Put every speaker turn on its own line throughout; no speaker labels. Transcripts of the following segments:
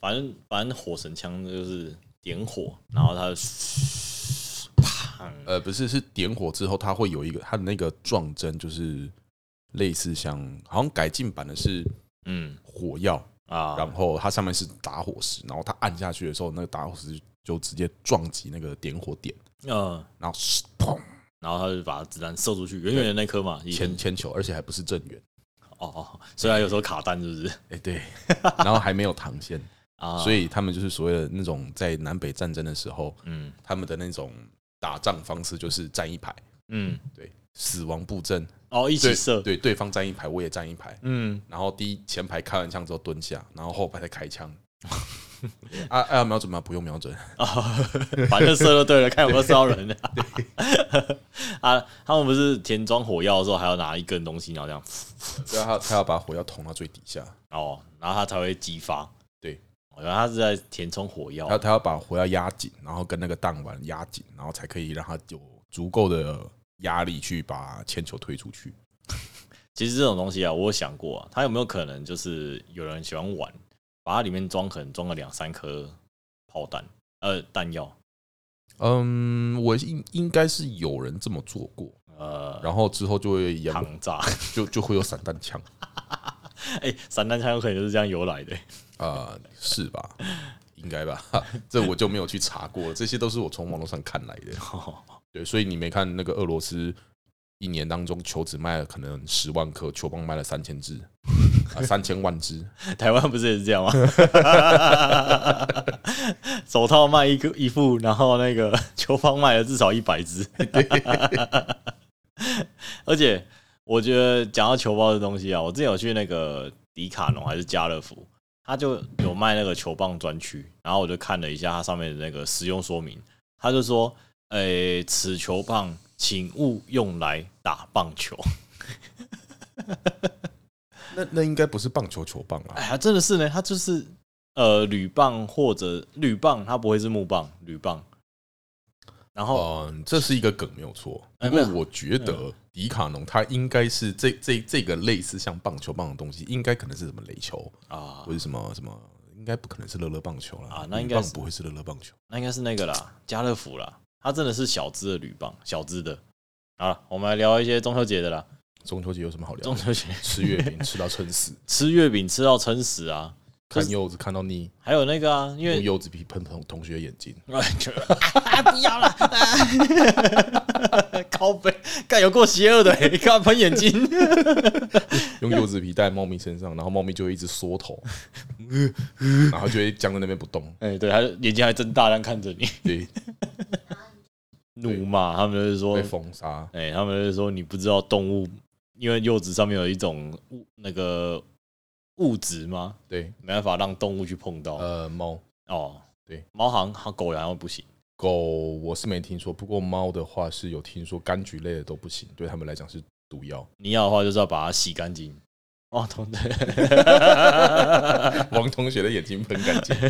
反正反正火神枪就是点火，然后它砰，
呃，不是，是点火之后，它会有一个它的那个撞针，就是类似像好像改进版的是
嗯
火药，然
啊，
后它上面是打火石，然后它按下去的时候，那个打火石就直接撞击那个点火点，
嗯，
然后嘶砰
然后他就把子弹射出去，远远的那颗嘛，以前
铅铅球，而且还不是正圆，
哦哦，所以他有时候卡弹是不是
哎对， 然后还没有膛线，
啊？
所以他们就是所谓的那种在南北战争的时候，
嗯
他们的那种打仗方式就是站一排，
嗯，
对，死亡布阵，
哦，一
对
起射，
对，对方站一排，我也站一排，
嗯，
然后第一前排开完枪之后蹲下，然后后排再开 枪。啊啊！瞄准吗？不用瞄准。
啊， 反正射就对了，看有没有射到人 啊。啊，他们不是填装火药的时候，还要拿一根东西，然后这样，
对啊，他他要把火药捅到最底下，
哦，然后它才会激发。
对
哦，原来它是在填充火药
他。他要把火药压紧，然后跟那个弹丸压紧，然后才可以让它有足够的压力去把铅球推出去。
其实这种东西啊，我有想过啊，它有没有可能就是有人喜欢玩，把它里面装可能装个两三颗炮弹，呃，弹药，
嗯，我应应该是有人这么做过，
呃，
然后之后就会研
膛炸。
就就会有散弹 枪，
哎、散弹枪有可能就是这样由来的、
啊，是吧？应该吧， 这我就没有去查过了，这些都是我从网络上看来的。对，所以你没看那个俄罗斯一年当中球只卖了可能十万颗，球棒卖了三千只， 啊，三千万只，
台湾不是也是这样吗？ 手套卖一个一副，然后那个球棒卖了至少一百只。 而且我觉得讲到球包的东西啊，我之前有去那个迪卡侬还是家乐福，他就有卖那个球棒专区，然后我就看了一下它上面的那个使用说明，他就说：“诶、此球棒请勿用来打棒球。”
那那应该不是棒球球棒啊
哎，呀，真的是呢，它就是呃铝棒或者铝棒，它不会是木棒，铝棒。然后
嗯，这是一个梗没有错，
哦哎
不
没
过
有嗯
我觉得迪卡侬它应该是这这这个类似像棒球棒的东西，应该可能是什么垒球
啊
或，者什么什么。应该不可能是乐乐棒球啦，
啊那
铝
应该
棒
是
不会是乐乐棒球。
那应该是那个啦，家乐福啦，它真的是小只的铝棒，小只的。好了，我们来聊一些中秋节的啦。
中秋节有什么好聊
中
的？
秋节
吃月饼吃到撑死，
吃月饼吃到撑死啊，可
看
是
柚子看到腻，
还有那个啊，因
用
为
柚子皮喷同同学眼睛。
啊不要了，啊 靠背，干有够邪恶的、欸，干嘛喷眼睛。
用柚子皮戴在猫咪身上，然后猫咪就会一直缩头，然后就会僵在那边不动。
哎、对，他眼睛还睁大，但看着你
对，
怒骂，他们就是说
被封杀。
哎、他们就说你不知道动物，因为柚子上面有一种物那个物质吗？
对，
没办法让动物去碰到。
呃，猫、
哦，
对，
猫好像好狗好像不行。
狗我是没听说，不过猫的话是有听说，柑橘类的都不行，对他们来讲是毒药。
你要的话就是要把它洗干净。哦，同对，
王同学的眼睛喷干净，好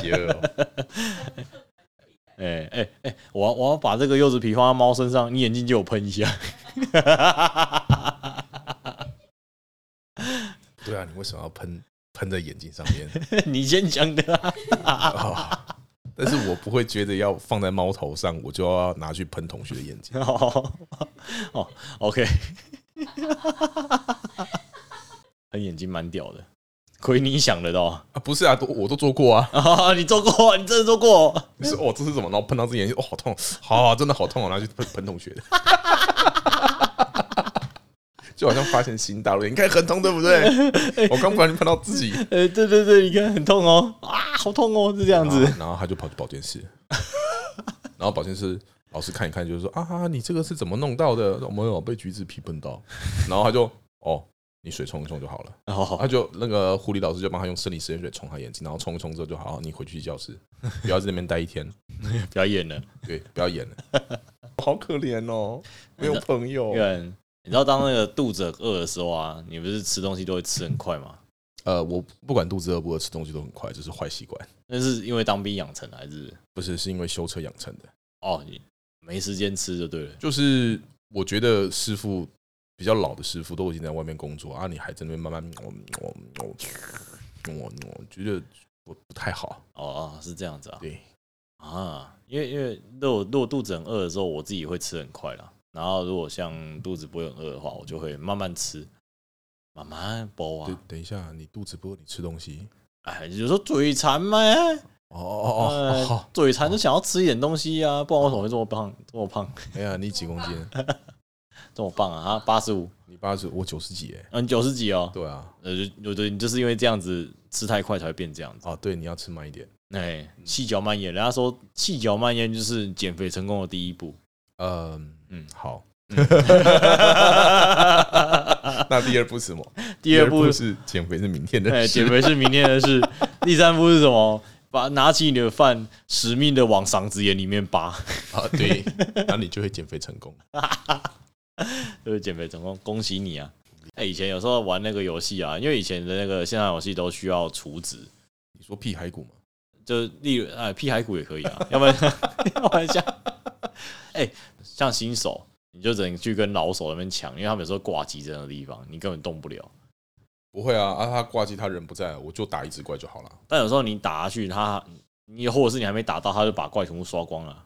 邪恶哦！
哎哎哎，我要我要把这个柚子皮放到猫身上，你眼睛就有喷一下。
对啊，你为什么要喷喷在眼睛上面？
你先讲的啊、
哦但是我不会觉得要放在猫头上，我就要拿去喷同学的眼睛。
哦哦，OK，他眼睛蛮屌的，亏你想得到。
啊，不是啊，都我都做过啊。
啊，你做过，你真的做过。
就是哦，这是什么？然后碰到自己眼睛，哦，好痛，好、啊，真的好痛哦，然后就喷喷同学， 就好像发现新大陆，你看很痛，对 不对？我刚不小心碰到自己，
呃、对对对，你看很痛哦，啊，好痛哦，是这样
然
子
后。然后他就跑去保健室， 然后保健室老师看一看，就是说啊，你这个是怎么弄到的？我们有被橘子皮碰到，然后他就哦。你水冲一冲就好 了，
然后
他就那个护理老师就帮他用生理食盐水冲他眼睛，然后冲一冲之后就好，你回去教室，不要在那边待一天。
表演了，
对，不要演了，好可怜哦，没有朋友
因为你知道当那个肚子饿的时候啊，你不是吃东西都会吃很快吗？
呃，我不管肚子饿不饿，吃东西都很快，这是坏习惯。
那是因为当兵养成的还是
不是，是因为修车养成的。
哦你没时间吃就对了。
就是我觉得师傅比较老的师傅都已经在外面工作啊，你还在那边慢慢我我我我我觉得不不太好。
哦哦，是这样子啊
对，
啊，因为因为如果如果肚子很饿的时候，我自己会吃很快啦。然后如果像肚子不会很饿的话，我就会慢慢吃，慢慢剥
等
啊。
等一下，你肚子不饿，你吃东西。
哎，有时候嘴馋嘛，哎
哦哦哦，好，
嘴馋就想要吃一点东西啊，不然我怎么会这么胖？这么胖，
哎呀，你几公斤？
这么棒啊！啊，八十五，
你八十，我九十几哎。
嗯，九十几哦。
对啊，
呃，就有的你就是因为这样子吃太快才会变这样子。
哦对，你要吃慢一点。
哎，
嗯
细嚼慢咽，人家说细嚼慢咽就是减肥成功的第一步。
嗯
嗯，
嗯好。那第二步是什么？
第二步
是减肥，是明天
哎，
的
减
事。
肥是明天的事。第三步是什么？把拿起你的饭，使命的往嗓子眼里面拔，
啊，对，那你就会减肥成功。
就是减肥成功，恭喜你啊！哎、以前有时候玩那个游戏啊，因为以前的那个线上游戏都需要储值，
你说屁骸骨吗？
就是例如哎，屁海股也可以啊，要不然 要不然像哎、像新手，你就只能去跟老手那边抢，因为他们有时候挂急诊的地方，你根本动不了。
不会啊，啊，他挂机，他人不在，我就打一只怪就好了。
但有时候你打下去，他你或者是你还没打到，他就把怪全部刷光了。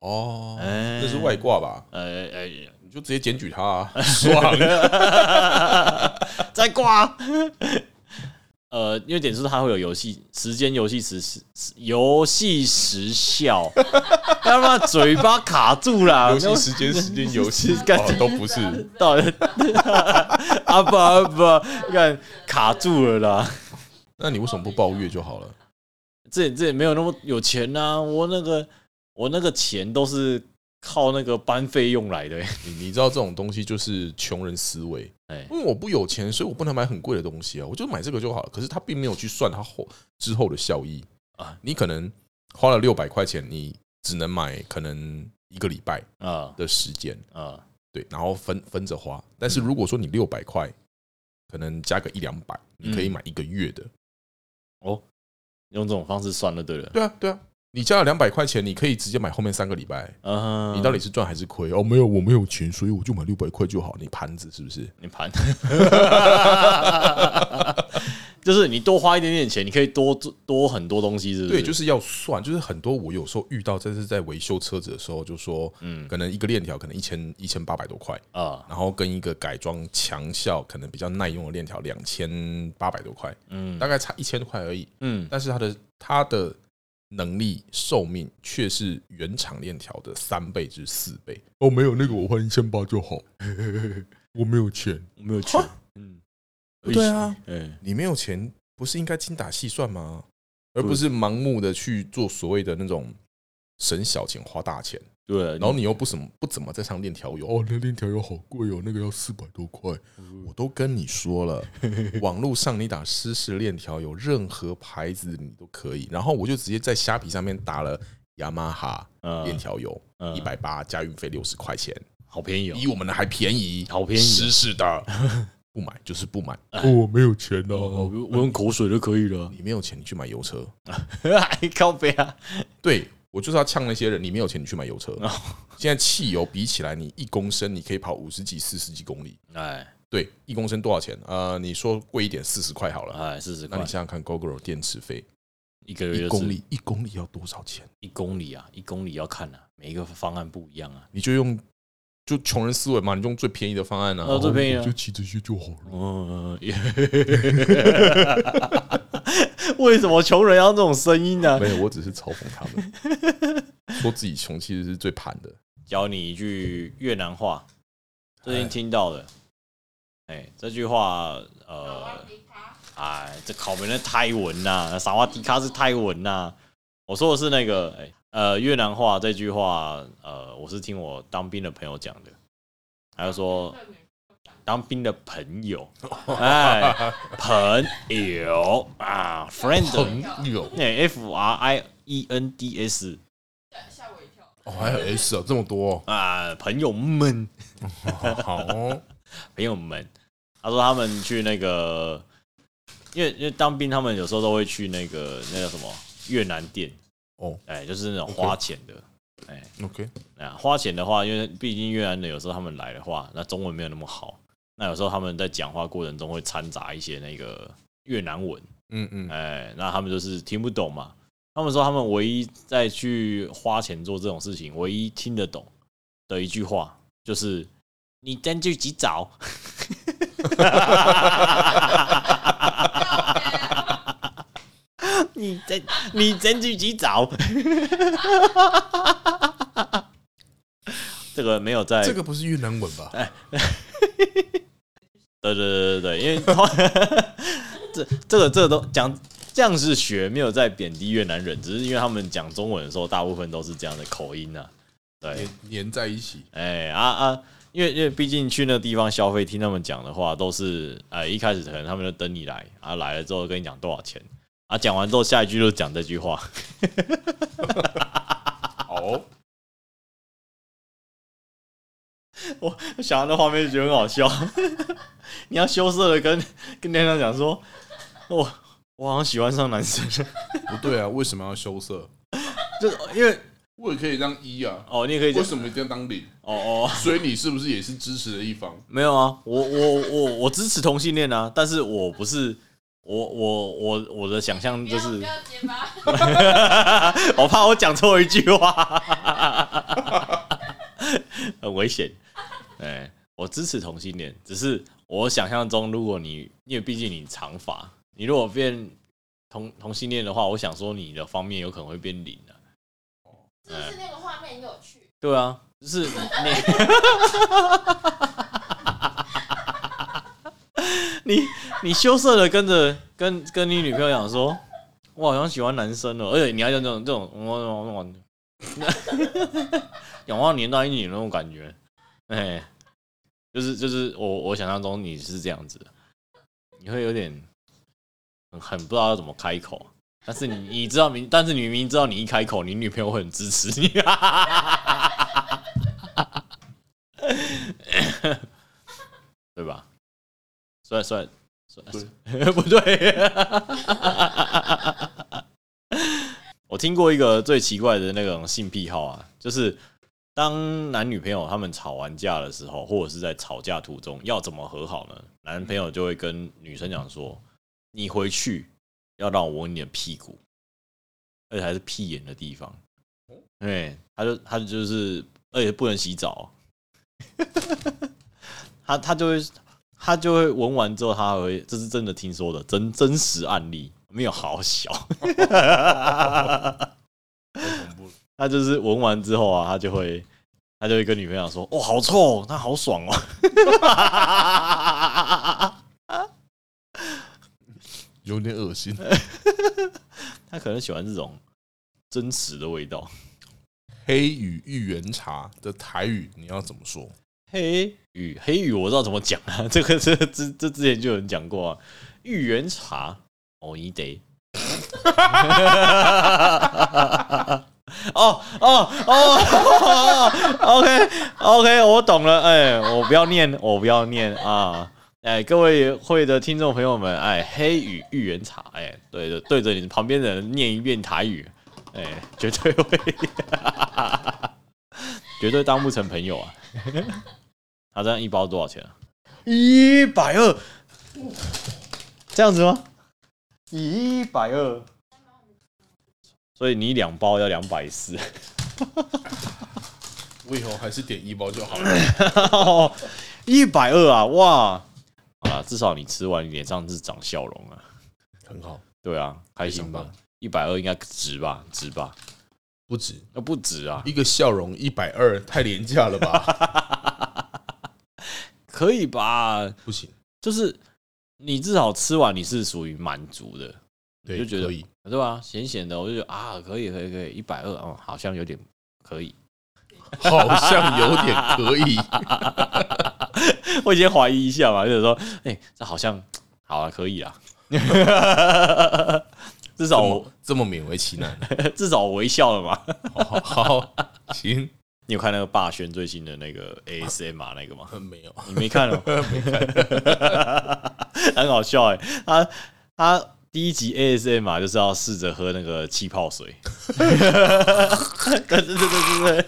哦，
哎
那是外挂吧？
呃呃，
你就直接检举他、 啊，爽！
再挂。呃，因为点数它会有游戏时间、游戏时时游戏时效， 他妈嘴巴卡住了，
游戏时间，时间游戏
干
哦都不是，
到 底啊不啊不，看卡住了啦。
那你为什么不抱月就好了？
这也这也没有那么有钱呐、我那个我那个钱都是靠那个班费用来的、
你你知道这种东西就是穷人思维，
哎
因为我不有钱，所以我不能买很贵的东西啊，我就买这个就好了。可是他并没有去算他后之后的效益
啊
啊，你可能花了六百块钱，你只能买可能一个礼拜
啊
的时间，
啊
对，然后分分着花。但
嗯
是如果说你六百块，可能加个一两百，你
嗯
可以买一个月的。
哦，用这种方式算就对了。
对啊，对啊，你加了两百块钱，你可以直接买后面三个礼拜。
嗯，
你到底是赚还是亏？哦，没有，我没有钱，所以我就买六百块就好。你盘子是不是？
你盘， 就是你多花一点点钱，你可以多做多很多东西，是不是？
对，就是要算，就是很多我有时候遇到，真是在维修车子的时候，就说，
嗯
可能一个链条可能一千一千八百多块，
啊
然后跟一个改装强效可能比较耐用的链条两千八百多块，
嗯
大概差一千块而已。
嗯
但是它的它的能力寿命却是原厂链条的三倍至四倍。哦，没有那个，我换一千八就好。 我没有钱，
我没有去，嗯，
对啊，
哎
你没有钱，不是应该精打细算吗？而不是盲目的去做所谓的那种省小钱花大钱，
对，啊
然后你又不什么不怎么在上链条油哦，那链条油好贵哦，那个要四百多块。
嗯
我都跟你说了，网络上你打湿式链条油，任何牌子你都可以。然后我就直接在虾皮上面打了雅马哈链
嗯
条油，
嗯
一百八加运费六十块钱，
好便宜哦，
比我们的还便宜，
好便宜啊
湿式的， 不买就是不买。哦，我没有钱
哦我我用口水就可以 了，
你没有钱，你去买油车。
靠背啊，
对我就是要呛那些人，你没有钱，你去买油车。
哦
现在汽油比起来，你一公升你可以跑五十几、四十几公里。
哎
对，一公升多少钱？呃，你说贵一点，四十块好了。
哎，四十
那
块
你想想看，GoGo 电池费
一个月
一
就
公
是
里，一公里要多少钱？
一公里啊，一公里要看啊，每一个方案不一样 啊，
你就用就穷人思维嘛，你就用最便宜的方案
哦
啊，
最便宜啊
我就骑这些就好 了。
嗯，
哦
也为什么穷人要这种声音呢？
没有，我只是嘲讽他们， 说自己穷其实是最盘的。
教你一句越南话，最近听到的。哎、这句话，呃，哎，这考别人泰文呐、萨瓦迪卡是泰文呐、我说的是那个，哎、呃，越南话这句话，呃，我是听我当兵的朋友讲的，他就说，当兵的朋友，哎，朋友啊，friend，
朋友，
哎、f R I E N D S
吓我一跳。
哦，还有 S 哦，这么多哦
啊，朋友们。
好哦，
朋友们，他说他们去那个因为因为当兵他们有时候都会去那个那叫什么越南店
哦，
哎，就是那种花钱的。哎，
OK，
那花钱的话，因为毕竟越南的有时候他们来的话，那中文没有那么好，那有时候他们在讲话过程中会掺杂一些那个越南文，
嗯嗯，
哎，那他们就是听不懂嘛。他们说他们唯一在去花钱做这种事情，唯一听得懂的一句话就是“你真去洗澡”。 你真你真去洗澡，这个没有在
这个不是越南文吧？
对对对对对，因为这这个这个都讲这样是学，没有在贬低越南人，只是因为他们讲中文的时候，大部分都是这样的口音啊。对
粘，哎粘在一起，
哎啊啊，因为因为毕竟去那个地方消费，听他们讲的话都是，哎，一开始可能他们就等你来，啊来了之后跟你讲多少钱，啊讲完之后下一句就讲这句话，
好哦，
我想到那画面就觉得很好笑。 你要羞涩的跟跟店长讲说，我我好像喜欢上男生了，
不对啊，为什么要羞涩？
就是因为
我也可以让一啊，
哦，你也可以讲
为什么一定要当零？
哦哦，
所以你是不是也是支持的一方？
没有啊，我我我我支持同性恋啊，但是我不是我我我我的想象
不
就
要
是
不，要结巴，
我怕我讲错一句话， 很危险。哎，我支持同性恋，只是我想象中，如果你因为毕竟你长发，你如果变同同性恋的话，我想说你的方面有可能会变零啊。
就是那个画面很有趣。
对啊，就是你，你你你羞涩的跟着跟跟你女朋友讲说，我好像喜欢男生了，而且你还有这种这种我我我， 仰望年到一女那种感觉，哎、就是就是我我想象中你是这样子的，你会有点很很不知道要怎么开口。但是你你知道明，但是你明明知道你一开口，你女朋友会很支持你。对吧？算算算， 不对。我听过一个最奇怪的那种性癖好啊，就是当男女朋友他们吵完架的时候，或者是在吵架途中，要怎么和好呢？男朋友就会跟女生讲说：“你回去要让我闻你的屁股，而且还是屁眼的地方。”对，他就他就是，而且不能洗澡哦、他他就会他就会闻完之后，他还会这是真的听说的真真实案例，没有好小。
太恐怖了，
他就是闻完之后啊，他就会他就会跟女朋友说：“哦，好臭，那好爽哦。”
有点恶心。
他可能喜欢这种真实的味道。
黑羽芋圆茶的台语你要怎么说？
黑雨黑雨，我知道怎么讲啊， 这个这个这这之前就有人讲过啊，芋圆茶哦，你得。 哦哦哦，OK OK，我懂了。哎，我不要念，我不要念啊！哎，各位会的听众朋友们，哎，黑羽芋圆茶，哎，对的，对着你旁边的人念一遍台语，哎，绝对会， 绝对当不成朋友啊！他这样一包多少钱啊？一百二，这样子吗？一百二，所以你两包要两百四。
我以后还是点一包就好了。
一百二啊，哇！啊，至少你吃完你脸上是长笑容啊，
很好，
对啊，开心
非常
吧
棒？
一百二应该值吧？值吧？
不止
那不值啊，
一个笑容一百二，太廉价了吧？
可以吧？
不行，
就是你至少吃完你是属于满足的，
对，
就觉得
可以。
对吧？咸咸的，我就觉得啊，可以，可以，可以，一百二，哦，好像有点可以。
好像有点可 以。
我先怀疑一下嘛，就是说，哎、这好像好啊，可以 啊。至少我
这么勉为其难，
至少我微笑了嘛。
好好好行，
你有看那个霸轩最新的那个 ASMR 那个 吗？
呃没有
你没看哦，很好笑哎、他他第一集 ASMR 就是要试着喝那个气泡水， 对对对对对对，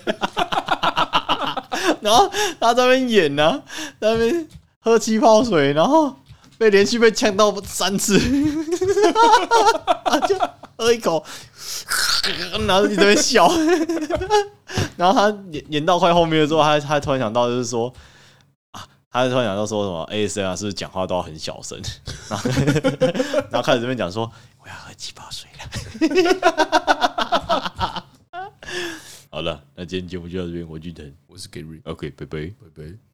然后他在那边演呢、啊，在那边喝气泡水，然后被连续被呛到三次， 就喝一口，然后一直在那边笑， 然后他演演到快后面的时候，他他突然想到就是说。他突然想到说什么 ASMR 是不是讲话都要很小声？然后 然后开始这边讲说我要喝气泡水了。 好了，那今天节目就到这边，我是俊腾
我是 Gary，
，OK，拜拜。
拜拜。